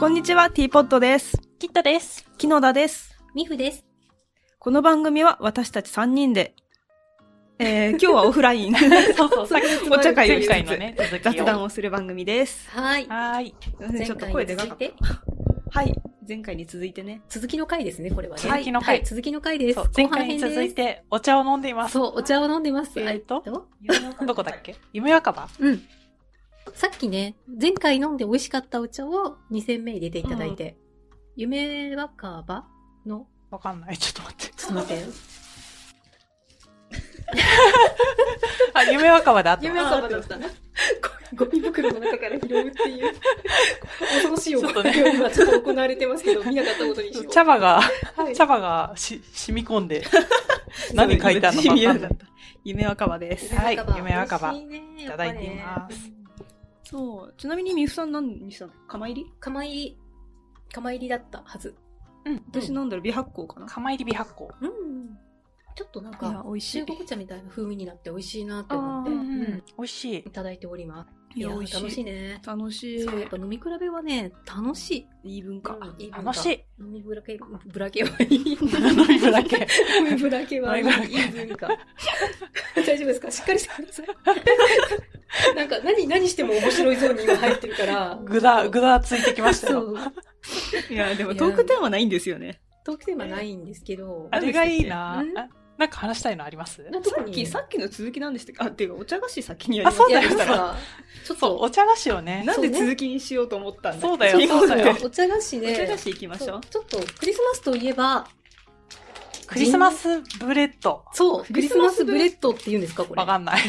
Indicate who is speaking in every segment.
Speaker 1: こんにちは、ティーポットです。
Speaker 2: キットです。
Speaker 1: 木野田です。
Speaker 2: ミフです。
Speaker 1: この番組は私たち3人で、えー、今日はオフライン
Speaker 2: そうそう、先日の
Speaker 1: お茶会を
Speaker 2: 前
Speaker 1: しつつ
Speaker 2: 回のね、続きを。
Speaker 1: 雑談をする番組です。
Speaker 3: はい。
Speaker 2: はーい。
Speaker 1: すいません
Speaker 3: 前
Speaker 1: ちょっと
Speaker 3: 回
Speaker 1: 声
Speaker 3: に
Speaker 1: でか
Speaker 3: 続
Speaker 1: か
Speaker 3: い
Speaker 1: った
Speaker 3: て、
Speaker 1: はい。前回に続いてね。
Speaker 3: 続きの回ですね、これはね。
Speaker 2: 続きの回
Speaker 3: はい、続きの回です。
Speaker 2: そ
Speaker 3: 後
Speaker 2: う、前
Speaker 3: 半
Speaker 2: 回
Speaker 3: 編
Speaker 2: に
Speaker 3: です。
Speaker 2: 続いてお茶を飲んでいます。
Speaker 3: そう、お茶を飲んでます。
Speaker 2: えーと
Speaker 3: えー
Speaker 2: どこだっけ夢若葉
Speaker 3: うん。さっきね、前回飲んで美味しかったお茶を2煎目入れていただいて、夢若葉の、
Speaker 2: わかんない。ちょっと待って。
Speaker 3: ちょっと待ってよ。
Speaker 2: あ、夢若葉であった。ち
Speaker 3: 葉だった。ゴミ袋の中から拾うっていう、恐ろしい
Speaker 2: お声が
Speaker 3: 今ちょっと行われてますけど、見なかったことに
Speaker 2: ょ茶葉が、
Speaker 3: は
Speaker 2: 茶葉がし、染み込んで、何書いてあるのか
Speaker 1: 夢
Speaker 2: わか
Speaker 1: 夢
Speaker 2: んない。
Speaker 1: 夢若葉です。
Speaker 2: はい夢
Speaker 3: 夢
Speaker 2: 若
Speaker 3: 若
Speaker 2: 葉
Speaker 3: 葉。美味しね
Speaker 2: いただいていま。
Speaker 3: やっぱ
Speaker 2: す
Speaker 3: りね
Speaker 1: そう。ちなみにみふさん何にしたの釜入り
Speaker 3: 釜入り、釜入りだったはず。
Speaker 2: うん。
Speaker 1: 私飲んだら美発酵かな。
Speaker 2: 釜入り美発酵。
Speaker 3: うん。ちょっとなん
Speaker 1: いや
Speaker 3: か、
Speaker 1: 美味しい
Speaker 3: 中国茶みたいな風味になって美味しいなって思って、
Speaker 1: あーうん
Speaker 3: うん
Speaker 2: 美味しい
Speaker 3: い。ただいております。
Speaker 1: い
Speaker 3: い
Speaker 1: や、
Speaker 3: や、
Speaker 1: 美味し
Speaker 3: 楽
Speaker 1: い。
Speaker 3: しいね。
Speaker 1: 楽しい
Speaker 3: そう、。やっぱ飲み比べはね、楽しい。
Speaker 1: いい文化。
Speaker 3: いい文化
Speaker 2: 楽しい。
Speaker 3: 飲みぶらけ、ぶらけはいい。
Speaker 2: 飲みぶらけ。
Speaker 3: 飲みぶらけはいい
Speaker 2: 飲みぶらけ
Speaker 3: いい文化。大丈夫ですかしっかりしてください。 なんか、何、何しても面白いゾーンに今入ってるから。
Speaker 2: ぐだ、ぐだついてきました
Speaker 3: そ
Speaker 2: よ。
Speaker 3: う。
Speaker 1: いや、でもトークテーマないんですよね。
Speaker 3: トークテーマないんですけど。
Speaker 2: あれがいいな
Speaker 3: うん
Speaker 2: あなんか話したいのあります
Speaker 3: なんか
Speaker 1: さっき、さっきの続きなんでしたっけあ、ていうか、お茶菓子先にやります
Speaker 2: あそうだ
Speaker 3: や
Speaker 2: よ
Speaker 3: りますかちょっ
Speaker 2: そう、
Speaker 3: と
Speaker 2: お、茶菓子をね。
Speaker 1: なんで続きにしようと思ったんだ
Speaker 2: そうだよ
Speaker 1: 気にな
Speaker 2: そうだよ
Speaker 1: って
Speaker 3: お茶菓子
Speaker 1: お茶
Speaker 3: で
Speaker 1: 菓、子行きまし
Speaker 3: そ
Speaker 1: ょう
Speaker 3: う。ちょっとクリスマスといえば、
Speaker 2: クリスマスブレッド。
Speaker 3: そう、
Speaker 1: ク
Speaker 3: ク
Speaker 1: リ
Speaker 3: リ
Speaker 1: ス
Speaker 3: ス
Speaker 1: マ
Speaker 3: マ
Speaker 1: ス
Speaker 3: ス
Speaker 1: ブ
Speaker 3: ブ
Speaker 1: レ
Speaker 3: レ
Speaker 1: ッ
Speaker 3: ッドって言うんですか、これ
Speaker 2: わ。かんない。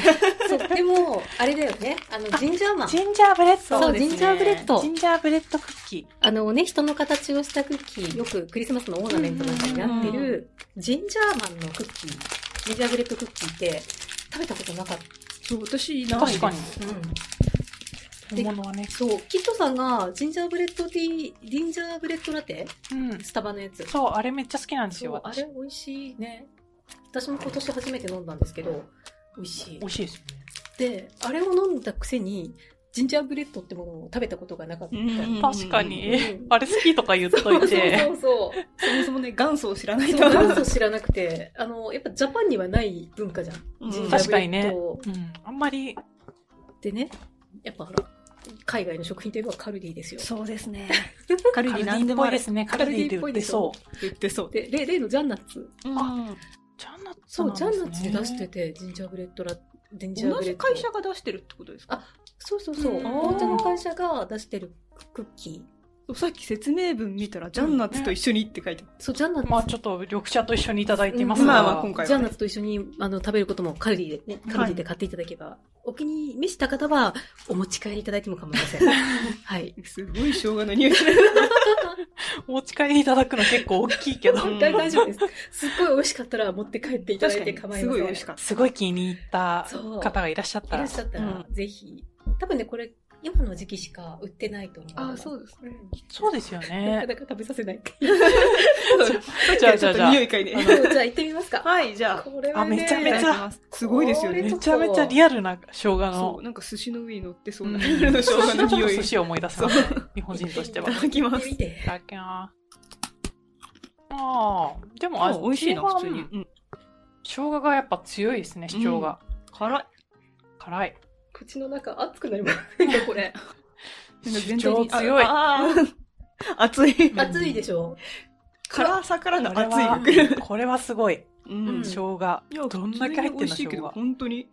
Speaker 3: そう、でも、あれだよね、あの、ジンジャーマン。
Speaker 2: ジンジャーブレッド。
Speaker 3: そう、
Speaker 1: です
Speaker 3: ジ
Speaker 1: ね
Speaker 3: ンジャーブレッド
Speaker 2: ジ。ンジャーブレッドクッキ
Speaker 3: あのね、人の形をしたクッキー、よくクリスマスのオーナメントなんかになって
Speaker 1: うんうんう
Speaker 3: る、ジンジャーマンのクッキー、ジンジャーブレッドクッキーって、食べたことなかった。
Speaker 1: そう、私、
Speaker 2: ー。
Speaker 1: な
Speaker 2: 確かに。
Speaker 3: うん。
Speaker 2: 本物はね。
Speaker 3: そう、キットさんが、ジンジャーブレッドティー、ジンジャーブレッドラテ
Speaker 2: うん。
Speaker 3: スタバのやつ。
Speaker 2: そう、あれめっちゃ好きなんです
Speaker 3: そ
Speaker 2: よ、
Speaker 3: う、あ
Speaker 2: 私。
Speaker 3: れ美味しいね。私も今年初めて飲んだんですけど、美味しい
Speaker 2: 美。味しいですよね。
Speaker 3: で、あれを飲んだくせに、ジンジャーブレッドってものを食べたことがなかった。
Speaker 1: うん
Speaker 2: 確か
Speaker 3: う
Speaker 2: に
Speaker 3: ん。
Speaker 2: あれ好きとか言っといて。
Speaker 3: そうそう そう。
Speaker 1: そもそもね、元祖を知らない
Speaker 3: そ
Speaker 1: と。
Speaker 3: う元祖知らなくて、あの、やっぱジャパンにはない文化じゃん。
Speaker 1: うん
Speaker 3: ジンジャ
Speaker 2: 確
Speaker 3: ーブ
Speaker 2: か
Speaker 3: レ
Speaker 2: にね
Speaker 3: ッド
Speaker 2: うん。あんまり、
Speaker 3: でね、やっぱほら、海外の食品といえばカルディですよ。
Speaker 1: そうですね。カルディ何
Speaker 2: カルディ
Speaker 1: で
Speaker 2: っ
Speaker 1: も
Speaker 2: ぽ
Speaker 1: あ
Speaker 2: いで
Speaker 1: る
Speaker 2: すね。カルディで売ってそう。
Speaker 1: 言ってそう。
Speaker 3: で、例例のジャンナッツ。
Speaker 1: あ
Speaker 2: ジャンナッツ
Speaker 3: そ
Speaker 2: なん
Speaker 3: う、
Speaker 2: で
Speaker 3: ジャ
Speaker 2: すね。
Speaker 3: ンナッツで出してて、ジンジャーブレッドラ、ジンジャー
Speaker 1: 同
Speaker 3: ブレッ
Speaker 1: じ
Speaker 3: ド。
Speaker 1: 会社が出してるってことですか
Speaker 3: そうそうそう。
Speaker 1: うん
Speaker 3: 紅茶の会社が出してるクッキー。
Speaker 1: さっき説明文見たら、ジャンナッツと一緒にって書いてある。
Speaker 3: そう、ジャンナッツ。
Speaker 2: まあちょっと緑茶と一緒にいただいています
Speaker 1: まあまあ
Speaker 2: が
Speaker 1: 今。回はね
Speaker 3: ジャンナッツと一緒にあの食べることもカルディでね、カルディで買っていただけば、お気に召した方はお持ち帰りいただいても構いま せん。はい。
Speaker 1: すごい生姜の匂い。
Speaker 2: お持ち帰りいただくの結構大きいけど。
Speaker 1: うん
Speaker 3: 大大丈夫です。すっごい美味しかったら持って帰っていただいて
Speaker 1: 確
Speaker 3: 構
Speaker 1: か
Speaker 3: いま
Speaker 1: にすごい美
Speaker 3: せん。
Speaker 1: 味しかっ
Speaker 2: すごい気に入った
Speaker 3: そう
Speaker 2: 方がいらっしゃった
Speaker 3: いら
Speaker 2: ら
Speaker 3: っ。しゃったら
Speaker 1: う、
Speaker 3: ぜひ。多分ね、これ、今の時期しか売ってないと思う。
Speaker 1: た。
Speaker 3: う。
Speaker 1: うですね。
Speaker 2: そうですよ
Speaker 3: な か
Speaker 2: ね。
Speaker 3: なか食べさせない。
Speaker 2: じゃあじゃあじゃあ
Speaker 1: 匂。い嗅いで。
Speaker 3: そう じゃあ行ってみますか。
Speaker 1: はい、じゃあ。
Speaker 3: これ
Speaker 2: あ
Speaker 3: はね、
Speaker 2: めちゃめ
Speaker 1: いただ
Speaker 2: ち
Speaker 1: き
Speaker 2: ゃ
Speaker 1: ますすごいですよね。
Speaker 3: ちょ
Speaker 2: め
Speaker 3: っ
Speaker 2: ち
Speaker 3: と
Speaker 2: ゃめちゃリアルな生姜
Speaker 1: そ
Speaker 2: の
Speaker 1: う、。なんか寿司の上に乗ってそうな、
Speaker 2: うん
Speaker 1: の生姜の匂い。
Speaker 2: 寿司を思い出すのね日本人として は。
Speaker 1: い
Speaker 2: い
Speaker 1: ただき
Speaker 3: 行
Speaker 1: ま
Speaker 3: っ
Speaker 1: す
Speaker 3: てみ。て。
Speaker 2: ただきますああ、でも
Speaker 1: あ
Speaker 2: 味
Speaker 1: 美味しいな、
Speaker 2: は
Speaker 1: 普通に。
Speaker 2: うん
Speaker 1: うん
Speaker 2: 生姜がやっぱ強いですね、主張が。
Speaker 1: 辛い。
Speaker 2: 辛い。
Speaker 3: 口の中熱くなりますね、これ。
Speaker 1: なんか
Speaker 2: 主
Speaker 1: 全体
Speaker 2: 張
Speaker 1: に
Speaker 2: 強い。
Speaker 1: あ あー熱い。
Speaker 2: ん
Speaker 3: 熱いでしょ
Speaker 1: 辛さからの熱
Speaker 2: こ
Speaker 1: い。
Speaker 2: れは これはすごい。
Speaker 1: うん
Speaker 2: 生姜。
Speaker 1: いや
Speaker 2: どんだけ入ってん
Speaker 1: 普
Speaker 2: の
Speaker 1: 通に美味しいけど、
Speaker 2: 生姜
Speaker 1: 本当に。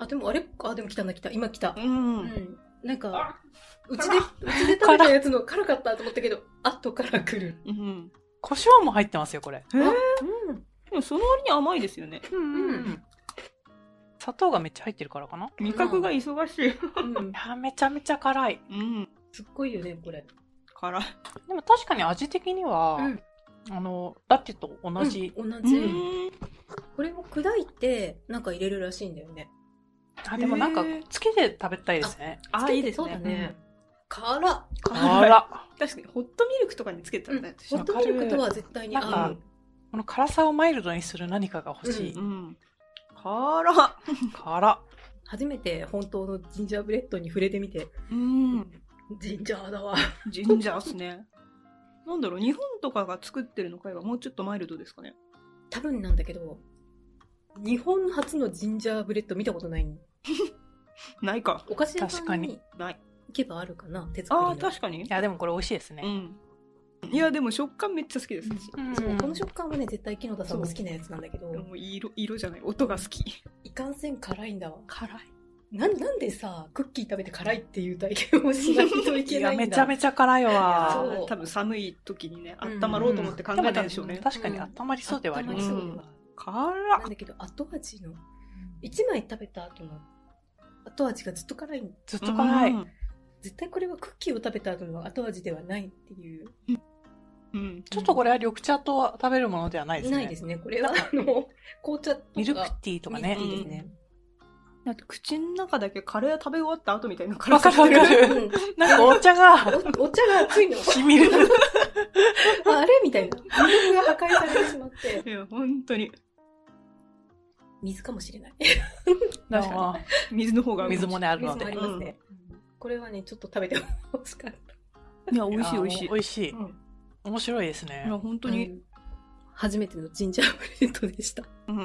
Speaker 3: あ、でもあれあ、でも来たな、来た。今来た。
Speaker 1: ん
Speaker 3: うん。なんか、
Speaker 2: あ
Speaker 3: うちで、うちで食べたやつの辛かったと思ったけど、後から来る。
Speaker 1: うん。
Speaker 2: 胡椒も入ってますよ、これ。
Speaker 1: えー
Speaker 3: うん。
Speaker 1: でもその割に甘いですよね。
Speaker 2: うん
Speaker 3: うん
Speaker 2: 砂糖がめっちゃ入ってるからかな。
Speaker 1: 味覚が忙しい。
Speaker 3: うん
Speaker 2: い。やめちゃめちゃ辛い。
Speaker 1: うん。
Speaker 3: すっごいよね、これ。
Speaker 1: 辛い。
Speaker 2: でも確かに味的には、
Speaker 3: うん
Speaker 2: あの、ラテと同じ。
Speaker 3: うん同
Speaker 1: う
Speaker 3: じ。
Speaker 1: ん。
Speaker 3: これを砕いて、なんか入れるらしいんだよね。
Speaker 2: あでもなんか
Speaker 1: へー、
Speaker 2: つけて食べたいですね。
Speaker 1: あ、いいです
Speaker 3: そうだ
Speaker 1: ね。
Speaker 3: ね。辛っ。
Speaker 1: 辛い
Speaker 2: 辛。
Speaker 1: 確かに、ホットミルクとかにつけたらね。
Speaker 3: ホットミルクとは絶対に
Speaker 2: なんか
Speaker 3: 合う。
Speaker 2: この辛さをマイルドにする何かが欲しい。
Speaker 1: うん。辛っ。
Speaker 2: 辛。
Speaker 3: 初めて本当のジンジャーブレッドに触れてみて、
Speaker 1: うん。
Speaker 3: ジンジャーだわ。
Speaker 1: ジンジャーっすね。なんだろう、日本とかが作ってるのかいはもうちょっとマイルドですかね。
Speaker 3: 多分なんだけど、日本初のジンジャーブレッド見たことない。
Speaker 1: ないか。
Speaker 3: お菓子屋
Speaker 2: 確
Speaker 3: さ
Speaker 2: か
Speaker 3: ん
Speaker 2: に
Speaker 3: に
Speaker 1: ない。
Speaker 3: 行けばあるかな、手作りの。
Speaker 1: ああ、確かに
Speaker 2: い。や、でもこれ美味しいです
Speaker 1: う
Speaker 2: ね。
Speaker 1: ん。いや、でも食感めっちゃ好きです。私
Speaker 2: うん
Speaker 3: そうこの食感はね、絶対木野田さんの好きなやつなんだけど、
Speaker 1: もう色、色じゃない、音が好き。
Speaker 3: いかんせん辛いんだわ。
Speaker 1: 辛い。
Speaker 3: なん、なんでさ、クッキー食べて辛いっていう体験をしないとい
Speaker 2: い
Speaker 3: けな
Speaker 2: や、
Speaker 3: いんだ
Speaker 2: めちゃめちゃ辛いわ。
Speaker 3: そう
Speaker 1: 多分寒い時にね、温まろうと思って考えたんでしょうね。
Speaker 2: 確かに温まりそうではありま。
Speaker 1: ますす
Speaker 3: 温
Speaker 1: ね
Speaker 3: まりそうでは
Speaker 1: 辛
Speaker 3: あるな
Speaker 1: っ
Speaker 3: んだけど、後味の、一枚食べた後の、後味がずっと辛い。
Speaker 2: ずっと辛い。
Speaker 1: うん。
Speaker 3: 絶対これはクッキーを食べた後の後味ではないっていう。
Speaker 1: うん
Speaker 2: ちょっとこれは緑茶と食べるものではないですね。
Speaker 3: ないですね。これは、あの、紅茶とか。
Speaker 2: ミルクティーとか
Speaker 3: ミ
Speaker 2: ね
Speaker 3: ル。クティー
Speaker 1: い
Speaker 3: ですね。
Speaker 1: だって口の中だけカレー食べ終わった後みたいな辛
Speaker 2: わか
Speaker 1: さ
Speaker 2: るわかる。
Speaker 3: うん
Speaker 2: なんかお茶が、
Speaker 3: おお茶が熱いの。
Speaker 2: しみる。
Speaker 3: ああれみたいな。魅力が破壊されてし まって。
Speaker 1: いや、本当に。
Speaker 3: 水かもしれない。
Speaker 1: 確か
Speaker 2: に。
Speaker 1: に。水の方が。
Speaker 2: 水もね、ある
Speaker 3: 水
Speaker 2: の
Speaker 3: もあ
Speaker 2: で
Speaker 3: り。ますね。これはね、ちょっと食べてほしかっ
Speaker 1: いや、美味しい
Speaker 2: あ
Speaker 1: 美味しい。い
Speaker 2: 美味しい
Speaker 3: た。。うん
Speaker 2: 面白いですね
Speaker 1: や、。本当に。
Speaker 3: あの初めてのジンジャーブレッドでした。
Speaker 1: うん。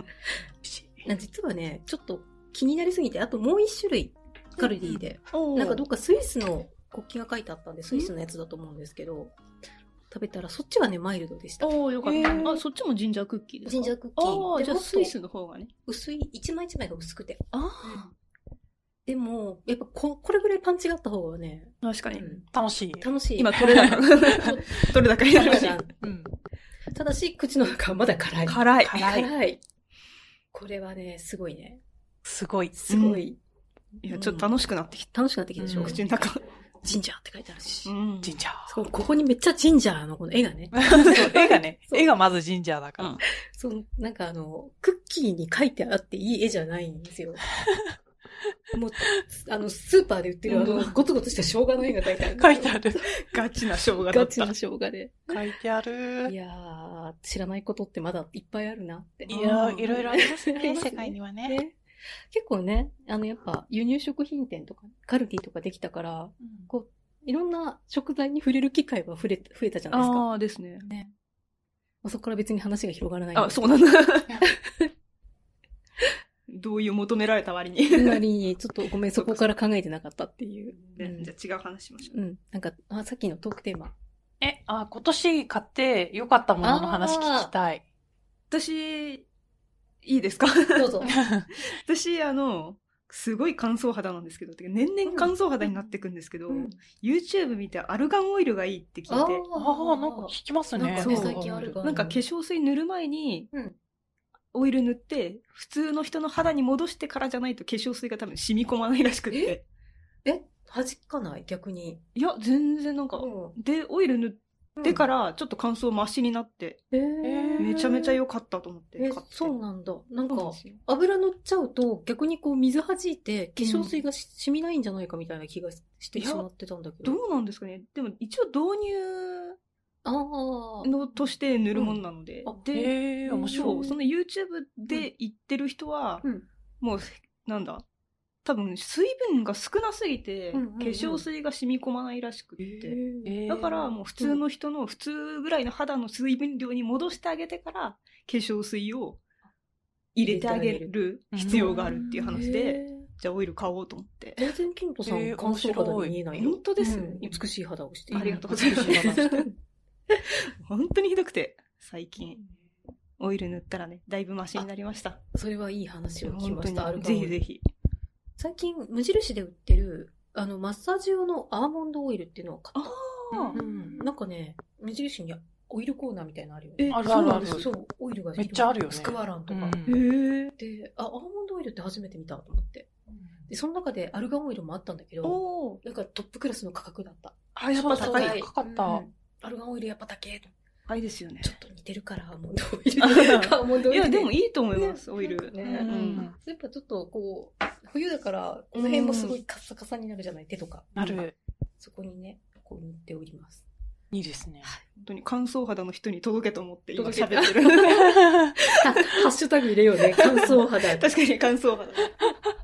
Speaker 3: な実はね、ちょっと気になりすぎて、あともう一種類、カルディで。
Speaker 1: おー
Speaker 3: なんかどっかスイスの国旗が書いてあったんで、スイスのやつだと思うんですけど、食べたらそっちはね、マイルドでした。
Speaker 1: おーよかった、
Speaker 2: えー
Speaker 1: あ、そっちもジンジャークッキーですか
Speaker 3: ジンジャークッキ
Speaker 1: あ
Speaker 3: ー。
Speaker 1: あ、
Speaker 3: で
Speaker 1: じゃあ
Speaker 3: もっと
Speaker 1: スイスの方がね。
Speaker 3: 薄い、一枚一枚が薄くて。
Speaker 1: あ
Speaker 3: でも、やっぱここれぐらいパンチがあった方がね、
Speaker 1: あ、確かに。
Speaker 3: うん
Speaker 2: 楽しい。
Speaker 3: 楽しい。
Speaker 1: 今、取れ高。取れ高になりま
Speaker 3: 辛い
Speaker 1: し
Speaker 3: じ
Speaker 1: た
Speaker 3: ゃん
Speaker 2: うん。
Speaker 3: ただし、口の中はまだ辛い。
Speaker 1: 辛い。
Speaker 2: 辛い。
Speaker 3: 辛い。これはね、すごいね。
Speaker 2: すごい。
Speaker 3: すごい。
Speaker 1: いや、ちょっと楽しくなってき
Speaker 3: 楽しくなってきたでしょ、
Speaker 2: うん
Speaker 1: た。口の中。
Speaker 3: ジンジャーって書いてあるし。
Speaker 1: ん
Speaker 2: ジンジャー。
Speaker 3: そう、ここにめっちゃジンジャーのこの絵がね。
Speaker 2: そう絵がね、
Speaker 3: そう
Speaker 2: 絵がまずジンジャーだから。
Speaker 1: うん
Speaker 3: その、なんかあの、クッキーに書いてあっていい絵じゃないんで すよ。もう、あの、スーパーで売ってるあの
Speaker 1: う、ん
Speaker 3: ゴツゴツした生姜の絵が書いてある。
Speaker 2: 書いてある。
Speaker 1: ガチな生姜だ
Speaker 3: ガ
Speaker 1: っ
Speaker 3: チな
Speaker 1: た。
Speaker 3: 生姜で。
Speaker 2: 書いてあ
Speaker 3: い
Speaker 2: る。
Speaker 3: やー、知らないことってまだいっぱいあるなって。
Speaker 2: いやー、いろいろあり ます
Speaker 3: あり
Speaker 2: ね、
Speaker 3: ますね
Speaker 2: 世界にはね。
Speaker 3: ね結構ね、あの、やっぱ輸入食品店とか、カルディとかできたから、
Speaker 2: うん
Speaker 3: こう、いろんな食材に触れる機会は増え増えたじゃないですか。ま
Speaker 1: ああ、ですね。
Speaker 3: あ、そこから別に話が広がらない。
Speaker 1: あ、そうなんだ。同意を求められた割に。
Speaker 3: つまり、ちょっとごめん、そこから考えてなかったっていう。うん
Speaker 1: じゃあ違う話しましょう。
Speaker 3: うん。なんか、あ、さっきのトークテーマ。
Speaker 2: え、あ、今年買って良かったものの話聞きたい。
Speaker 1: 私、いいですか
Speaker 3: どうぞ。
Speaker 1: 私、あの、すごい乾燥肌なんですけど、てか年々乾燥肌になっていくんですけど、YouTube 見てアルガンオイルがいいって聞
Speaker 3: あ
Speaker 1: いて、
Speaker 2: ああ、なんか聞きますね。
Speaker 3: なん
Speaker 1: かね最
Speaker 3: 近あるが
Speaker 1: なんか化粧水塗る前に
Speaker 3: うん、
Speaker 1: オイル塗って、普通の人の肌に戻してからじゃないと化粧水が多分染み込まないらしくって。
Speaker 3: え、弾かない逆に。
Speaker 1: いや、全然なんか、で、オイル塗ってからちょっと乾燥マシになって、
Speaker 3: え
Speaker 2: ー
Speaker 1: めちゃめちゃ良かったと思って買
Speaker 3: え
Speaker 1: って。、
Speaker 3: そうなんだ。なん
Speaker 1: そうなん
Speaker 3: か
Speaker 1: で、すよ
Speaker 3: 油乗っちゃうと、逆にこう水弾いて、化粧水がし染みないんじゃないかみたいな気がして
Speaker 1: いや
Speaker 3: しまってたんだけ
Speaker 1: ど
Speaker 3: ど。
Speaker 1: うなんですかねでも一応導入
Speaker 3: ああ。
Speaker 1: のとして塗るもんなので、
Speaker 3: うんあ
Speaker 1: で、
Speaker 2: えー、
Speaker 1: そ
Speaker 2: 面白
Speaker 1: う
Speaker 2: い。
Speaker 1: その YouTube で言ってる人は、
Speaker 3: うん。
Speaker 1: もうなんだ多分水分が少なすぎて、
Speaker 3: うんうんうん
Speaker 1: 化粧水が染み込まないらしくって、
Speaker 3: え
Speaker 2: えー
Speaker 1: だからもう普通の人の普通ぐらいの肌の水分量に戻してあげてから化粧水を入れてあげる必要があるっていう話で、
Speaker 3: えー
Speaker 1: じゃあオイル買おうと思って、
Speaker 3: 全然キントさ
Speaker 2: え
Speaker 3: ん、
Speaker 2: ー
Speaker 3: 乾燥肌に見えないよ。
Speaker 1: 本当です
Speaker 3: うん美しい肌をしている。
Speaker 1: ありがとうございます
Speaker 3: 美し肌 してる
Speaker 1: 本当にひどくて最近オイル塗ったらねだいぶマシになりました
Speaker 3: それはいい話を聞き
Speaker 1: 本
Speaker 3: ました。
Speaker 1: 当
Speaker 3: アル
Speaker 1: に
Speaker 3: カン
Speaker 1: ぜ
Speaker 3: オ
Speaker 1: ひ
Speaker 3: イル
Speaker 1: ぜひ
Speaker 3: 最近、無印で売ってる、あの、マッサージ用のアーモンドオイルっていうのを買っ
Speaker 1: あ
Speaker 3: た。うん。なんかね、無印にオイルコーナーみたいなのあるよ
Speaker 1: え
Speaker 3: ね。
Speaker 2: ある
Speaker 1: そ
Speaker 2: あ
Speaker 1: う
Speaker 2: る
Speaker 1: な
Speaker 2: あ
Speaker 1: ん
Speaker 2: る。
Speaker 1: です
Speaker 3: そう、オイルが
Speaker 2: めっちゃあるよね
Speaker 3: スクワランとか。
Speaker 2: うん
Speaker 1: へえ
Speaker 3: で、あ、アーモンドオイルって初めて見たと思って。で、その中でアルガンオイルもあったんだけど、
Speaker 1: おー
Speaker 3: なんかトップクラスの価格だった。
Speaker 2: あ、やっ
Speaker 1: ぱ
Speaker 2: ぱ
Speaker 1: 高
Speaker 2: 高
Speaker 1: い
Speaker 2: い。高かった。
Speaker 3: うんアルガンオイルやっぱ高え。
Speaker 1: あれですよね
Speaker 3: ちょっと似てるから、アーモンドオイ ル。アーモンドオ
Speaker 1: い
Speaker 3: イル。
Speaker 1: やでも
Speaker 3: い。
Speaker 1: いいと思います、
Speaker 3: ね
Speaker 1: オイル、
Speaker 3: ね
Speaker 1: うん
Speaker 2: うん
Speaker 3: やっぱちょっとこう、冬だから、この辺もすごいカッサカサになるじゃない、手とか。
Speaker 2: な。る。
Speaker 3: そこにね、こう塗っております。
Speaker 2: いいですね。
Speaker 1: 本当に乾燥肌の人に届けと思って今
Speaker 3: 届け
Speaker 1: 喋 ってる
Speaker 3: ハッシュタグ入れよう ね。乾燥肌。
Speaker 1: 確かに乾燥肌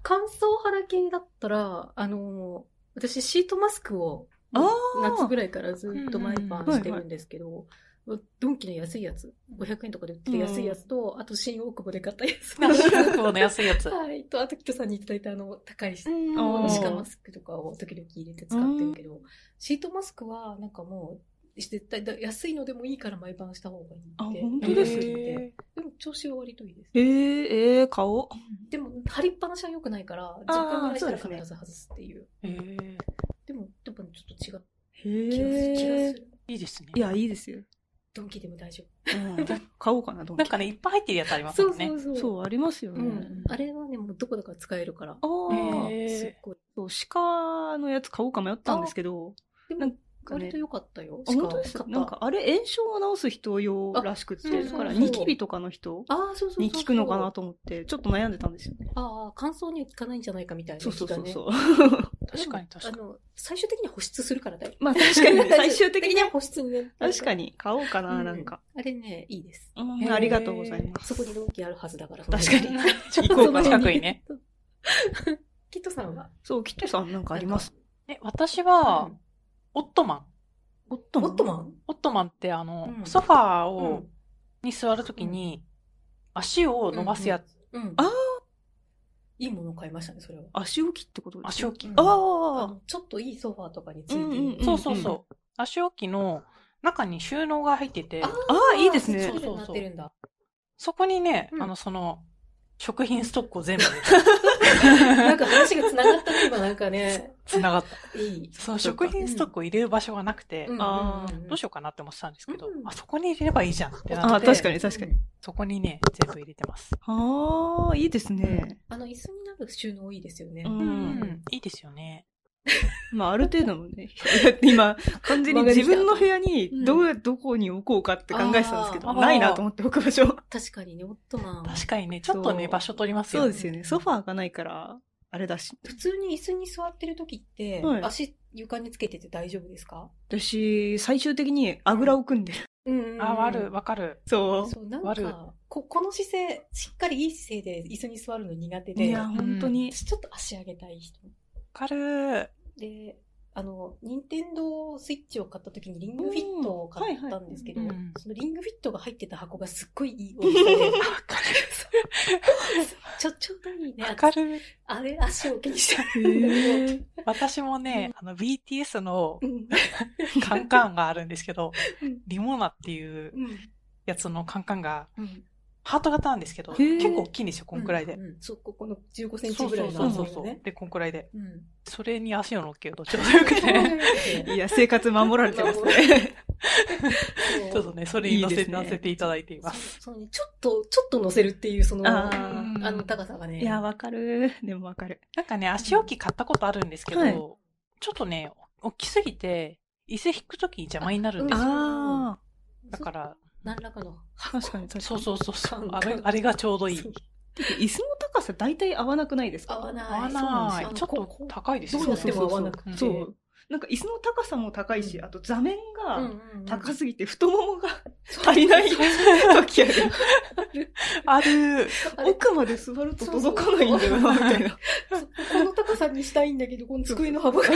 Speaker 3: 乾燥肌系だったら、あのー私シートマスクを
Speaker 1: あ
Speaker 3: 夏ぐ
Speaker 1: らい
Speaker 3: らいからずっと毎晩
Speaker 1: うんうん
Speaker 3: してるんですけど、ドンキの安いやつ、500円とかで売ってる安いやつと、あと新大久保で買ったや つ。
Speaker 2: ナッシュループの安いやつ。
Speaker 3: はい。と、あと、キトさんにいただいたあの、高いし、
Speaker 1: うん
Speaker 3: シカマスクとかを時々入れて使ってるけど、シートマスクはなんかもう、絶対だ安いのでもいいから毎晩した方がいいって。
Speaker 1: あ本
Speaker 2: 当ですね
Speaker 3: でも調子は割といいです。
Speaker 1: えー、えー、顔
Speaker 3: でも、貼りっぱなしは良くないから、
Speaker 1: あー
Speaker 3: 若干ぐらいし
Speaker 1: そ
Speaker 3: た
Speaker 1: うで
Speaker 3: ら
Speaker 1: す
Speaker 3: 必ず外すっていう。
Speaker 2: えー
Speaker 3: でも、やっぱちょっと違う
Speaker 1: へ
Speaker 3: 気がする。気が
Speaker 1: え
Speaker 3: する。
Speaker 2: いいですね。
Speaker 1: いやいいですよ、
Speaker 3: ドンキでも大丈
Speaker 1: うん、買おうかなと思
Speaker 2: な
Speaker 1: っ
Speaker 2: んかね、いっぱい入ってるやつあり
Speaker 3: 夫。
Speaker 2: ますよね。
Speaker 3: そう
Speaker 1: てそうありますよ
Speaker 3: う
Speaker 1: ね、
Speaker 3: ん、あれはね、もうどこだから使えるから。
Speaker 1: あー
Speaker 2: へー
Speaker 3: すっごい。
Speaker 1: そう鹿のやつ買おうか迷ったんですけど
Speaker 3: でも
Speaker 1: なんか
Speaker 3: 割
Speaker 1: ね
Speaker 3: と良かったよ。
Speaker 1: あ本当です
Speaker 3: しかも
Speaker 1: なんか、あれ炎症を治す人用らしくて
Speaker 3: あそう
Speaker 2: そうそう
Speaker 1: だからニキビとかの人
Speaker 3: ああ、そうそうそうそう。
Speaker 1: に効くのかなと思ってちょっと悩んでたんですよね
Speaker 3: ああ、乾燥には効かないんじゃないかみたいな
Speaker 1: そう
Speaker 3: 気
Speaker 1: そう
Speaker 3: が
Speaker 1: そう
Speaker 3: ね。
Speaker 1: そう
Speaker 2: 確かに確かに
Speaker 3: あの、最終的には保湿するからだよ。
Speaker 1: まあ確かに最終的に
Speaker 3: には保湿にね。
Speaker 1: 確か
Speaker 3: に。
Speaker 1: に買おうかななんか、
Speaker 3: あれね、いいです。
Speaker 1: うん
Speaker 2: へー
Speaker 1: ありがとうございます
Speaker 3: そこにドンキあるはずだから。
Speaker 1: 確かに
Speaker 3: に。
Speaker 2: 行こうか、近くにね。。
Speaker 3: キットさんは
Speaker 1: そうキッテさんなんかあります
Speaker 2: え、私は、オットマン。
Speaker 1: オット
Speaker 3: オットマン
Speaker 2: オットマンってあの、
Speaker 3: うん
Speaker 2: ソファー
Speaker 3: う
Speaker 2: を、
Speaker 3: ん。
Speaker 2: に座るときに、足を伸ばすやつ、
Speaker 3: うん。
Speaker 1: あー
Speaker 3: いいものを買いましたね、それは。
Speaker 1: 足置きってことです
Speaker 2: 足置き、
Speaker 3: うん
Speaker 1: あ
Speaker 3: あ
Speaker 1: あ
Speaker 3: のちょっといいソファーとかについて
Speaker 1: うんうんうん
Speaker 3: る。
Speaker 2: そうそうそう。足置きの中に収納が入ってて、
Speaker 1: あーいいですね
Speaker 3: そうそうそう。なってるんだ。
Speaker 2: そこにね、
Speaker 1: うん
Speaker 2: あの、その、食品ストックを全部ね
Speaker 3: なんか話が繋がったね、今なんかね。
Speaker 2: 繋がった。
Speaker 3: いい。
Speaker 2: その食品ストックを入れる場所がなくて、
Speaker 1: あー
Speaker 2: どうしようかなって思ってたんですけど、
Speaker 3: うん
Speaker 2: あそこに入れればいいじゃんってな
Speaker 1: あー
Speaker 2: って、
Speaker 1: 確かに確かに
Speaker 3: に。
Speaker 2: そこにね、全部入れてます。
Speaker 1: ああいいですね、
Speaker 3: あの、椅子になる収納いいですよね。
Speaker 1: うん
Speaker 2: うん、いいですよね。
Speaker 1: まあある程度のね 今完全に自分の部屋にどうどこに置こうかって考えてたんですけど、
Speaker 2: うん
Speaker 1: ないなと思って置く場所
Speaker 3: 確かにね、オットマン。
Speaker 2: 確かにね、ちょっとね、
Speaker 1: そう
Speaker 2: 場所取りますよ
Speaker 1: そう
Speaker 2: ね。
Speaker 1: ですよね。ソファーがないから、あれだし。
Speaker 3: 普通に椅子に座ってる時って、
Speaker 1: はい
Speaker 3: 足床につけてて大丈夫ですか
Speaker 1: 私、最終的にあぐらを組んでる。
Speaker 3: うん
Speaker 2: あ、わる、わかる。
Speaker 1: そ
Speaker 3: そう、なん
Speaker 2: わる
Speaker 3: か、こ、この姿勢、しっかりいい姿勢で椅子に座るの苦手
Speaker 1: う。い
Speaker 3: で、
Speaker 1: や、本当に。
Speaker 3: 私ちょっと足上げたい人。
Speaker 2: わかる。
Speaker 3: で、あの、任天堂スイッチを買った時にリングフィットを買ったんですけど、
Speaker 2: うんはいはい
Speaker 3: そのリングフィットが入ってた箱がすっごいいい大きさで、
Speaker 2: わか
Speaker 3: ちょ、ちょうどいいね
Speaker 2: る。。わかる。
Speaker 3: あれ、足を気にした。
Speaker 1: へー
Speaker 2: 私もね、あの、BTS の
Speaker 3: うん
Speaker 2: カンカンがあるんですけど
Speaker 3: うん、
Speaker 2: リモーナっていうやつのカンカンが、
Speaker 3: うん
Speaker 2: ハート型なんですけど、
Speaker 1: へー
Speaker 2: 結構大きいんですよ、こんくらいで
Speaker 3: う。んそう、ここの15セン
Speaker 2: そ
Speaker 3: チ
Speaker 2: う
Speaker 3: ぐら
Speaker 2: そう
Speaker 3: いの
Speaker 2: そう
Speaker 3: 厚
Speaker 2: そ
Speaker 3: さ
Speaker 2: う
Speaker 3: の
Speaker 2: そう。
Speaker 3: ね。
Speaker 2: で、こんくらいで。
Speaker 3: うん。
Speaker 2: それに足を乗っけるとちょうどよく て。
Speaker 1: いや、生活守られてますね。
Speaker 2: ちょっとね、それに乗せ
Speaker 1: いいですね
Speaker 2: 乗せていただいてい
Speaker 3: そ
Speaker 2: ま
Speaker 3: う
Speaker 2: す。
Speaker 3: そうねちょっと、ちょっと乗せるっていう、その、
Speaker 1: あ
Speaker 3: あ
Speaker 1: ー
Speaker 3: の高さがね。
Speaker 1: いや、わかる。でもわかる。
Speaker 2: なんかね、足置き買ったことあるんですけど、
Speaker 1: はい
Speaker 2: ちょっとね、大きすぎて、椅子引くときに邪魔になるんですよ。
Speaker 1: あ
Speaker 2: だから、
Speaker 3: 何らかの。
Speaker 1: あ、確かに確かに。
Speaker 2: そうそうそうそう。
Speaker 3: カ
Speaker 2: あ
Speaker 3: ンカン
Speaker 2: れ、あれがちょうどい
Speaker 3: そう
Speaker 2: い。
Speaker 1: 椅子の高さ大体合わなくないですか
Speaker 3: 合わない。
Speaker 2: 合
Speaker 3: そ
Speaker 2: わ
Speaker 3: う
Speaker 2: なんい。
Speaker 3: です
Speaker 2: ちょ
Speaker 3: よ
Speaker 2: っと高いですよ
Speaker 3: ど
Speaker 2: ね。
Speaker 3: うやっても合わなく
Speaker 2: う
Speaker 3: て。
Speaker 2: ん
Speaker 1: そう。なんか椅子の高さも高いし、あと座面
Speaker 3: うん
Speaker 1: が
Speaker 3: うんうん
Speaker 1: 高すぎて太ももが足りない 時ある。
Speaker 2: ある。
Speaker 3: あれ
Speaker 1: 奥まで座ると届かないんだよな、みたい な。
Speaker 3: この高さにしたいんだけど、この机の幅が。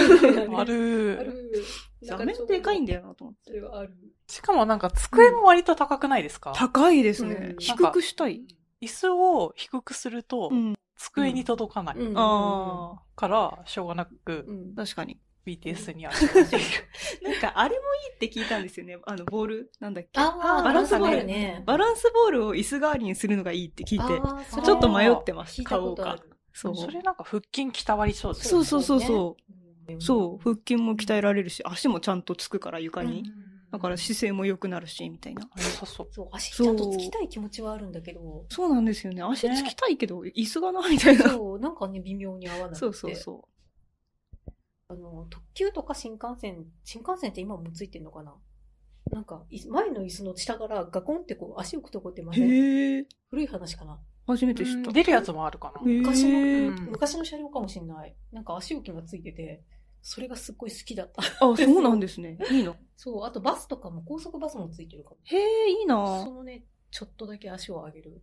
Speaker 2: あ。
Speaker 3: あ
Speaker 2: る。
Speaker 3: る。
Speaker 1: 座面でかいん
Speaker 3: だ。
Speaker 1: だよな、と思って。
Speaker 3: それはある。
Speaker 2: しかもなんか机も割と高くないですか
Speaker 1: 高いですね。
Speaker 3: うん
Speaker 1: 低くしたい。
Speaker 2: 椅子を低くすると
Speaker 1: うん、
Speaker 2: 机に届かない
Speaker 3: うん
Speaker 1: ああ、
Speaker 2: から、しょうがなく
Speaker 3: うん。
Speaker 1: 確かに。
Speaker 2: BTS に足を置いている。
Speaker 1: なんか、あれもいいって聞いたんですよね。あの、ボール、なんだっけ。
Speaker 3: ああ、
Speaker 1: バランスボール
Speaker 3: あるね。
Speaker 1: バランスボールを椅子代わりにするのがいいって聞いて、
Speaker 3: あーそれ
Speaker 1: ちょっと迷ってます。
Speaker 3: 聞い
Speaker 1: 買
Speaker 3: た
Speaker 1: お
Speaker 3: こ
Speaker 1: う
Speaker 3: とあ
Speaker 1: か
Speaker 3: る。
Speaker 1: そう。
Speaker 2: それなんか腹筋きたわりそうです
Speaker 1: そ
Speaker 2: よ
Speaker 1: う
Speaker 2: ね。
Speaker 1: そうそうそ
Speaker 3: うん
Speaker 1: う。そう。腹筋も鍛えられるし、足もちゃんとつくから床に。だから姿勢も良くなるし、みたいな。
Speaker 2: あ良さそう。
Speaker 3: そう、足
Speaker 1: そう
Speaker 3: ちゃんとつきたい気持ちはあるんだけど、
Speaker 1: そうなんですよね。足つきたいけど、椅子がな、みたいな。
Speaker 3: そう、なんかね、微妙に合わなくて。
Speaker 1: そうそうそ
Speaker 3: あの、特急とか新幹線、新幹線って今もついてんのかななんか、い前の椅子の下からガコンってこう足置くとこってま
Speaker 1: う。
Speaker 3: せん
Speaker 1: へえ。
Speaker 3: 古い話かな
Speaker 1: 初めて知った。
Speaker 2: 出るやつもあるかな。
Speaker 1: へ
Speaker 3: 昔の、
Speaker 1: え。
Speaker 2: うん
Speaker 3: 昔の車両かもしんない。なんか足置きがついてて、それがすっごい好きだった。
Speaker 1: あ、そうなんですね。いいの。
Speaker 3: そう、あとバスとかも高速バスもついてるかも。
Speaker 1: へえ、いいな
Speaker 3: そ。のね、ちょっとだけ足を上げる。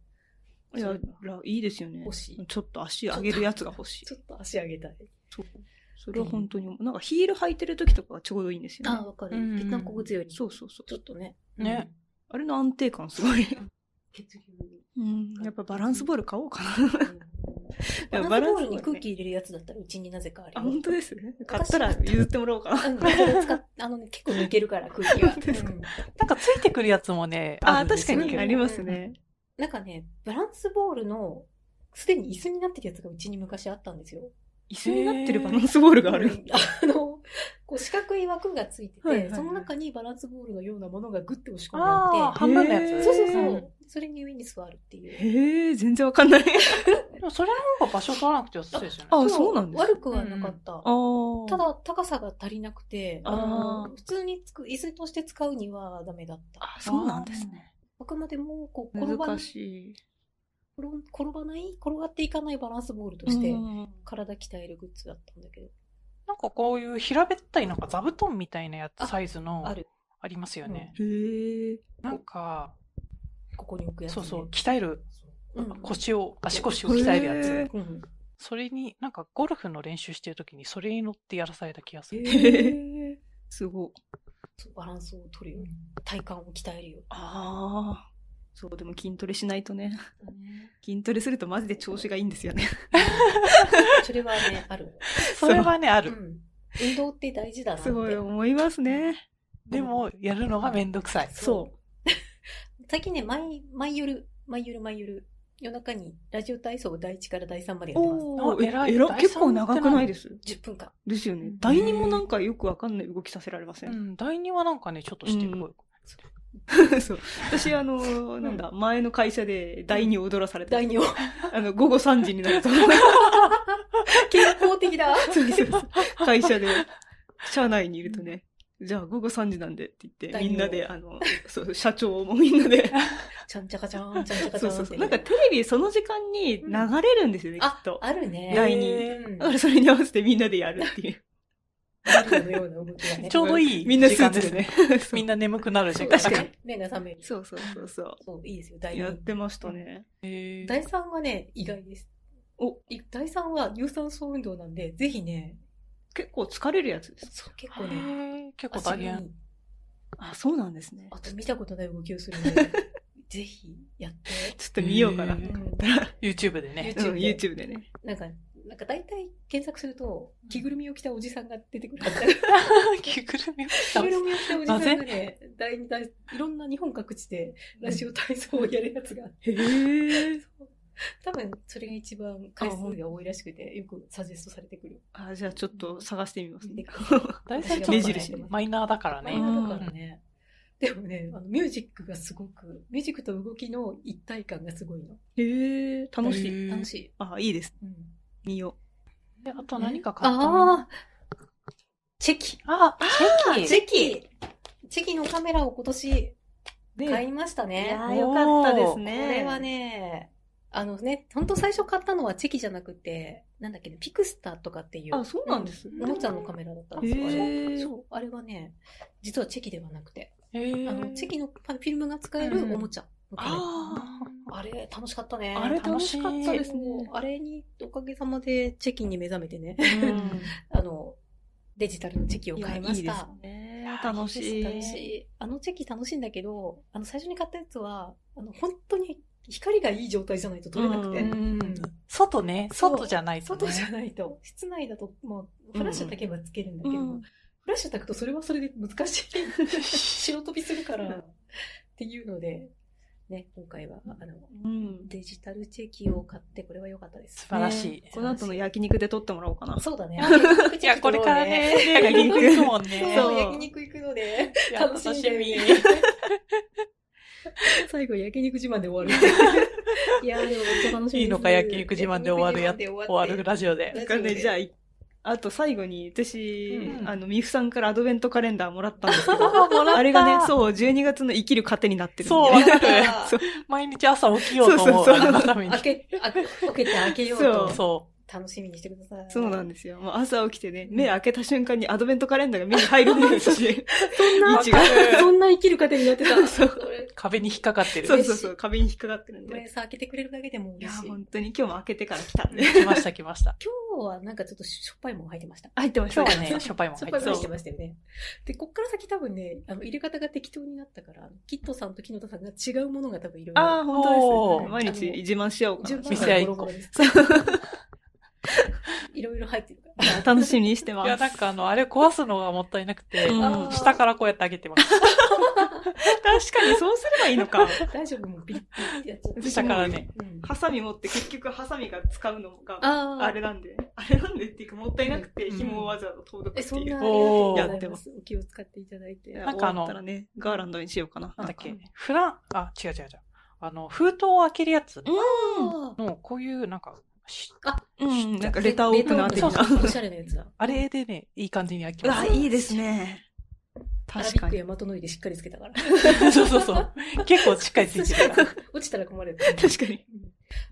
Speaker 1: いや、らいいですよね
Speaker 3: 欲しい。
Speaker 1: ちょっと足上げるやつが欲しい
Speaker 3: ち。ょっと足上げたい。
Speaker 1: そう。それは本当に思う、なんかヒール履いてる時とかがちょうどいいんですよ
Speaker 3: あ
Speaker 1: ね。
Speaker 3: わか
Speaker 2: うん
Speaker 3: る。ぺったんこ強い。
Speaker 1: そうそうそう
Speaker 3: ちょっとね。
Speaker 2: ね
Speaker 1: あれの安定感すごい。
Speaker 3: 血流。
Speaker 1: うん、やっぱバランスボール買おうかな。
Speaker 3: バ
Speaker 1: いや
Speaker 3: ランスボールに
Speaker 1: バランスボールね
Speaker 3: 空気入れるやつだったらうちになぜかある
Speaker 1: あ、
Speaker 3: よ
Speaker 1: 本当です買ったら譲ってもらおうかな。
Speaker 3: うんそれ使っあのね、結構抜けるから空 気が。
Speaker 1: 本当ですか
Speaker 3: うん
Speaker 2: なんかついてくるやつもね、
Speaker 1: あ
Speaker 2: るんで
Speaker 1: 確
Speaker 2: す
Speaker 1: か
Speaker 2: よ
Speaker 1: にありますね。
Speaker 3: なんかね、バランスボールの、すでに椅子になってるやつがうちに昔あったんですよ。
Speaker 1: 椅子になってるバランスボールがあ
Speaker 3: う
Speaker 1: る。
Speaker 3: んあの、こう四角い枠がついてて、
Speaker 1: はいはいはい
Speaker 3: その中にバランスボールのようなものがグッて押し込んで
Speaker 2: あ
Speaker 3: あ
Speaker 2: あ、
Speaker 3: っ
Speaker 2: 半分のや
Speaker 1: へ
Speaker 2: つ。
Speaker 1: ー
Speaker 3: て、そうそうそ
Speaker 2: ん
Speaker 3: う。それに上に座るっていう。
Speaker 1: へえ、全然わかん ない。
Speaker 2: でもそれの方が場所取らなくて安いですよね。
Speaker 1: あそうなんですか
Speaker 3: 悪くはなかった。
Speaker 1: ああ。
Speaker 3: た、だ、高さが足りなくて、
Speaker 1: あー
Speaker 3: の普通につく、椅子として使うにはダメだった。
Speaker 1: あ、そうなんですね。
Speaker 2: ね。
Speaker 3: あくまでも、こう、転ばな
Speaker 1: 難
Speaker 3: い
Speaker 1: しい。
Speaker 3: 転ん転ばない、転がっていかないバランスボールと
Speaker 1: そ
Speaker 3: し
Speaker 1: してて、、
Speaker 3: 体鍛えるグッズだったんだけど、
Speaker 2: なんかこういう平べったいなんか座布団みたいなやつ、
Speaker 3: あ
Speaker 2: サイズの
Speaker 3: ある。
Speaker 2: ありますよね。
Speaker 1: へえ。
Speaker 2: なんか、
Speaker 3: ここに置くやつ、
Speaker 2: そ
Speaker 3: ね。
Speaker 2: うそう、鍛える、
Speaker 3: うん。
Speaker 2: 腰を、足腰を鍛えるや
Speaker 1: へー。
Speaker 2: つ
Speaker 3: うん。
Speaker 2: それに、なんかゴルフの練習してる時にそれに乗ってやらされた気がする。
Speaker 1: へえ。 すごい。
Speaker 3: そうバランスを取るよ。体幹を鍛えるよ。
Speaker 1: ああ。そう、でも筋トレしないとね。 筋トレするとマジで調子がいいんですよ ね。
Speaker 3: それはね、ある。
Speaker 2: それはね、あ
Speaker 3: う
Speaker 2: る。
Speaker 3: ん。運動って大事だなって。。
Speaker 1: すごい思いますね。
Speaker 2: でも、やるのがめんどくさい。
Speaker 1: そう
Speaker 3: 最近ね、毎、毎夜、毎夜、毎夜、夜中にラジオ体操を第一から第三までやってます。
Speaker 1: おお、
Speaker 2: あ偉い
Speaker 1: えら
Speaker 2: 第三
Speaker 1: 結構長くないです
Speaker 3: 10分間。
Speaker 1: ですよね
Speaker 2: う。ん
Speaker 1: 第2もなんかよくわかんない動きさせられませ。
Speaker 2: うんん、第二はなんかね、ちょっとしてる。
Speaker 1: うん そう私、あのーなんだ、前の会社で第2踊らされて、
Speaker 3: 第 二を。
Speaker 1: あの、午後3時になると、
Speaker 3: 健康的だ。
Speaker 1: そうそうそう会社で、社内にいるとね、じゃあ午後3時なんでって言って、
Speaker 3: 第二を
Speaker 1: みんなで、あの、そう、社長もみんなで、
Speaker 3: ちゃんちゃかちゃん、ちゃんちゃかち
Speaker 1: そ
Speaker 3: ゃ
Speaker 1: うんそう
Speaker 3: っ
Speaker 1: そ
Speaker 3: て
Speaker 1: う。な
Speaker 3: ね。
Speaker 1: んかテレビその時間に流れるんですよね、きっと。
Speaker 3: あるね。
Speaker 1: 第
Speaker 2: 二
Speaker 3: うん
Speaker 1: だからそれに合わせてみんなでやるっていう。
Speaker 3: ゴルフのような動きがね。
Speaker 2: ちょうどいい。
Speaker 1: みんなスーツで。ね。そう
Speaker 2: みんな眠くなる時間。
Speaker 3: 確かに。目が覚める。
Speaker 1: そうそうそうそ
Speaker 3: そう、いいですよ、第
Speaker 1: う。やっ
Speaker 3: 2。
Speaker 1: てましたね。
Speaker 2: へー
Speaker 3: 第3はね、意外です。
Speaker 1: お、
Speaker 3: い第3は有酸素運動なんで、ぜひね、
Speaker 1: 結構疲れるやつです。
Speaker 3: そう、結
Speaker 2: へ
Speaker 3: 構ね、
Speaker 2: ー結構
Speaker 3: 足
Speaker 2: 大
Speaker 3: に
Speaker 2: 変。
Speaker 1: あ、そうなんですね。
Speaker 3: あと見たことない動きをするので、ぜひやって。
Speaker 1: ちょっと見ようかな
Speaker 2: へ
Speaker 1: と
Speaker 2: ー
Speaker 1: 思
Speaker 3: うん
Speaker 1: ったら、
Speaker 2: YouTube でね。
Speaker 1: うん YouTube でね。
Speaker 3: なんか、なんか大体検索すると、着ぐるみを着たおじさんが出てくる。
Speaker 2: 着ぐるみを着
Speaker 3: 着
Speaker 2: た
Speaker 3: ぐるみを着たおじさんがね、第2第、いろんな日本各地でラジオ体操をやるやつが、
Speaker 1: へえ。
Speaker 3: 多分それが一番回数が多いらしくて、よくサジェストされてくる。
Speaker 1: あ、じゃあちょっと探してみますね。
Speaker 2: 大体
Speaker 1: 目
Speaker 2: ちょっ
Speaker 1: 印
Speaker 2: と
Speaker 1: ね
Speaker 2: ね、マイナーだから
Speaker 3: マ
Speaker 2: ね
Speaker 3: イ。ナーだからね。でもね、あのミュージックがすごく、ミュージックと動きの一体感がすごいの。
Speaker 1: へえ、楽し
Speaker 2: へ
Speaker 1: い。
Speaker 2: ー
Speaker 3: 楽しい。
Speaker 1: あ、いいです。
Speaker 3: うん、
Speaker 1: 見よ
Speaker 2: であと何か買ったもの
Speaker 3: ああチェキ。
Speaker 2: ああ、チェキ
Speaker 3: チェキチェキのカメラを今年
Speaker 1: う。
Speaker 3: 買いました
Speaker 1: い
Speaker 3: ね。
Speaker 1: やー
Speaker 2: ね
Speaker 1: よかったです
Speaker 3: こ
Speaker 1: ね。
Speaker 3: れは。ね、あのね、本当最初買ったのはチェキじゃなくて、なんだっけね、ピクスターとかっていう。
Speaker 1: あ、そうなんです。
Speaker 3: おもちゃのカメラだったん
Speaker 1: へ
Speaker 3: ですよ、あれ。
Speaker 1: え。
Speaker 3: そう、あれはね、実はチェキではなくて、
Speaker 2: へー
Speaker 3: あの、チェキのフィルムが使えるおもちゃのカメラ。
Speaker 2: あ
Speaker 3: あれ、楽しかったね。
Speaker 1: あれ楽しかったです
Speaker 3: もう
Speaker 1: ね。
Speaker 3: あれに、おかげさまでチェキに目覚めてね、
Speaker 1: うん
Speaker 3: あの、デジタルのチェキを
Speaker 1: いや
Speaker 3: 買い
Speaker 1: い
Speaker 3: ま
Speaker 1: い
Speaker 3: し
Speaker 1: で
Speaker 3: た。
Speaker 1: すね。楽しい。
Speaker 3: 楽しい。あのチェキ楽しいんだけど、あの、最初に買ったやつは、あの、本当に光がいい状態じゃないと撮れなくて。
Speaker 2: ー
Speaker 1: うん
Speaker 2: うん外ね、
Speaker 3: そう
Speaker 2: 外じゃないとね。
Speaker 3: 外じゃないと。室内だと、まあ、フラッシュ焚けばつけるんだけど、
Speaker 1: うん
Speaker 3: フラッシュ焚くとそれはそれで難しい。白飛びするから、っていうので、ね、今回は、あの、
Speaker 1: うん。
Speaker 3: デジタルチェキを買って、これは良かったです
Speaker 2: 素。晴らしい
Speaker 1: ね。この後の焼肉で撮ってもらおうかな。
Speaker 3: そうだ ね。
Speaker 2: いや、これからね、
Speaker 1: 焼
Speaker 2: 焼
Speaker 1: 肉
Speaker 2: 肉行くもん
Speaker 3: そう。
Speaker 2: ね。
Speaker 1: そう
Speaker 3: 焼肉行くので、
Speaker 2: いや
Speaker 3: 楽しみだよね
Speaker 2: 楽し
Speaker 3: 最後焼肉自慢で 終わる。いやー、でもめっちゃ楽しみです
Speaker 2: みいいのか、焼肉自慢で終わるや、
Speaker 3: 焼肉
Speaker 2: 終
Speaker 3: 自慢で
Speaker 2: わ
Speaker 3: って
Speaker 2: るラジオで。
Speaker 1: なんかね、じゃあ、いあと最後に、私、
Speaker 2: うん
Speaker 1: あの、ミフさんからアドベントカレンダーもらったんですけ
Speaker 2: あ
Speaker 1: ど、
Speaker 2: もらった
Speaker 1: あれがね、そう、12月の生きる糧になってるんで。
Speaker 2: そ
Speaker 3: や
Speaker 2: うわ
Speaker 3: った
Speaker 2: かる
Speaker 3: ー
Speaker 1: そう
Speaker 2: 毎日朝起きようと思う。
Speaker 1: そうそうそう
Speaker 2: あのために
Speaker 3: 開。け、開け開けて開けよう
Speaker 1: そう
Speaker 3: と。
Speaker 2: そ
Speaker 3: 楽しみにしてください。
Speaker 1: そうなん
Speaker 3: で
Speaker 1: ですよ。もう朝起きてね、目開けた瞬間にアドベントカレンダーが目に入るんですし。
Speaker 3: す。そんな
Speaker 1: 道、が
Speaker 3: そんな生きる糧になってた。
Speaker 1: そう
Speaker 3: それ
Speaker 2: 壁に引っかかってる。
Speaker 1: そうそうそう、壁に引っかかってるん
Speaker 3: 毎
Speaker 1: で。
Speaker 3: 朝開けてくれるだけでも
Speaker 1: いや
Speaker 3: 嬉しい。、今
Speaker 1: 本当に今日も開けてから来たんで。
Speaker 2: 来ました来ました。
Speaker 3: 日はなんかちょっとしょっぱいもん入ってました。
Speaker 1: 入ってました
Speaker 2: 今日はね、初杯も
Speaker 3: しょ
Speaker 2: 入
Speaker 3: っ
Speaker 2: っ
Speaker 3: ぱ
Speaker 2: て
Speaker 3: いもん入
Speaker 2: ま
Speaker 3: っ
Speaker 2: す
Speaker 3: て。ましたよね。で、こっから先多分ね、あの、入れ方が適当になったから、キットさんと木野田さんが違うものが多分いろいろ。
Speaker 1: ああ、本当ですね。
Speaker 3: おー
Speaker 1: 毎日自慢し合おうか
Speaker 3: 順
Speaker 1: な。
Speaker 3: 番
Speaker 2: 見
Speaker 3: が
Speaker 2: せ合い
Speaker 3: ゴロゴロです。 いろいろ入ってるから。
Speaker 1: 楽しみにしてま
Speaker 2: いや、
Speaker 1: す。
Speaker 2: なんかあの、あれ壊すのがもったいなくて、
Speaker 1: うん
Speaker 3: あー
Speaker 2: 下からこうやって上げてます。
Speaker 1: 確かにそうすればいいの か。
Speaker 3: 大丈夫、もうビッビッってやっちゃって
Speaker 2: 下からね。
Speaker 3: うん
Speaker 1: ハサミ持って結局ハサミが使うのが、
Speaker 3: ああ。
Speaker 1: あれなんで、あれなんでっていうかもったいなくて、
Speaker 2: うん
Speaker 1: 紐をわざわざ登録
Speaker 3: え、
Speaker 1: って
Speaker 3: そん
Speaker 1: い
Speaker 3: な
Speaker 1: う。
Speaker 3: あ
Speaker 2: おー
Speaker 3: りがとうございます。お気を使っていただいて。
Speaker 1: いや
Speaker 2: なんかあの
Speaker 1: 終わったらね、ガーランドにしようかな。
Speaker 2: なんだっけ
Speaker 1: か、
Speaker 2: フラン、あ、違う違う違う。あの、封筒を開けるやつ
Speaker 3: あ
Speaker 2: の、こういう、なんか、し
Speaker 1: うん、なん
Speaker 3: ー
Speaker 1: かレターオープナー
Speaker 3: レ
Speaker 1: 的
Speaker 3: タオープナーそうそうおし
Speaker 1: な。
Speaker 3: ゃれなやつだ。
Speaker 2: あれでね、いい感じに開き
Speaker 1: う
Speaker 2: ま
Speaker 1: わ、
Speaker 2: す。
Speaker 1: いいですね。
Speaker 3: アラ
Speaker 1: 確
Speaker 3: ビ
Speaker 1: か
Speaker 3: ック
Speaker 1: に。
Speaker 3: ヤマトノイでしっかりつけたから。
Speaker 2: そうそうそう。結構しっかりついてるから。
Speaker 3: 落ちたら困 る。
Speaker 1: 確かに。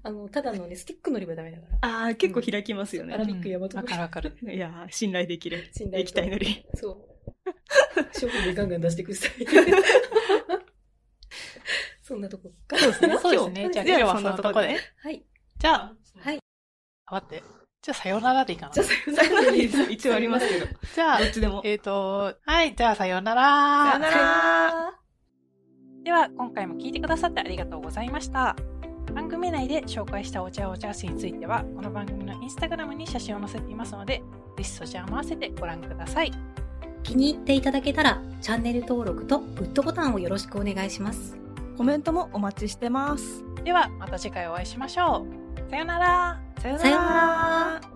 Speaker 3: あの、ただのね、スティックのりはダメだから。
Speaker 1: ああ、結構開きますよ
Speaker 3: アラ
Speaker 1: ね。
Speaker 3: ビックヤマト
Speaker 2: わかるわかる。
Speaker 1: いやー、信頼できる。
Speaker 3: 信頼
Speaker 1: 液体のり。
Speaker 3: そう。商品でガンガン出してください。 そんなとこか。そうです
Speaker 2: そうですね。じゃあ
Speaker 1: じゃ
Speaker 2: 今
Speaker 1: あ
Speaker 2: 日はそんなとこで。
Speaker 3: はい。
Speaker 2: じゃあ、
Speaker 3: はい。
Speaker 2: あ待って。じゃあさようならでいいかな
Speaker 3: じゃ。あ、さよなら です。
Speaker 1: 一応ありますけど。ど
Speaker 2: じゃあ、
Speaker 1: っちでも。
Speaker 2: えっ、と、はい、じゃあさようなら。
Speaker 1: さようなら
Speaker 2: では今回も聞いてくださってありがとうございました番組内で紹介したお茶やお茶室についてはこの番組のインスタグラムに写真を載せていますのでぜひそちらも合わせてご覧ください
Speaker 3: 気に入っていただけたら、チャンネル登録とグッドボタンをよろしくお願いします。
Speaker 1: コメントもお待ちしてます。
Speaker 2: ではまた次回お会いしましょうさようなら
Speaker 1: さよう
Speaker 3: さようなら
Speaker 1: ら。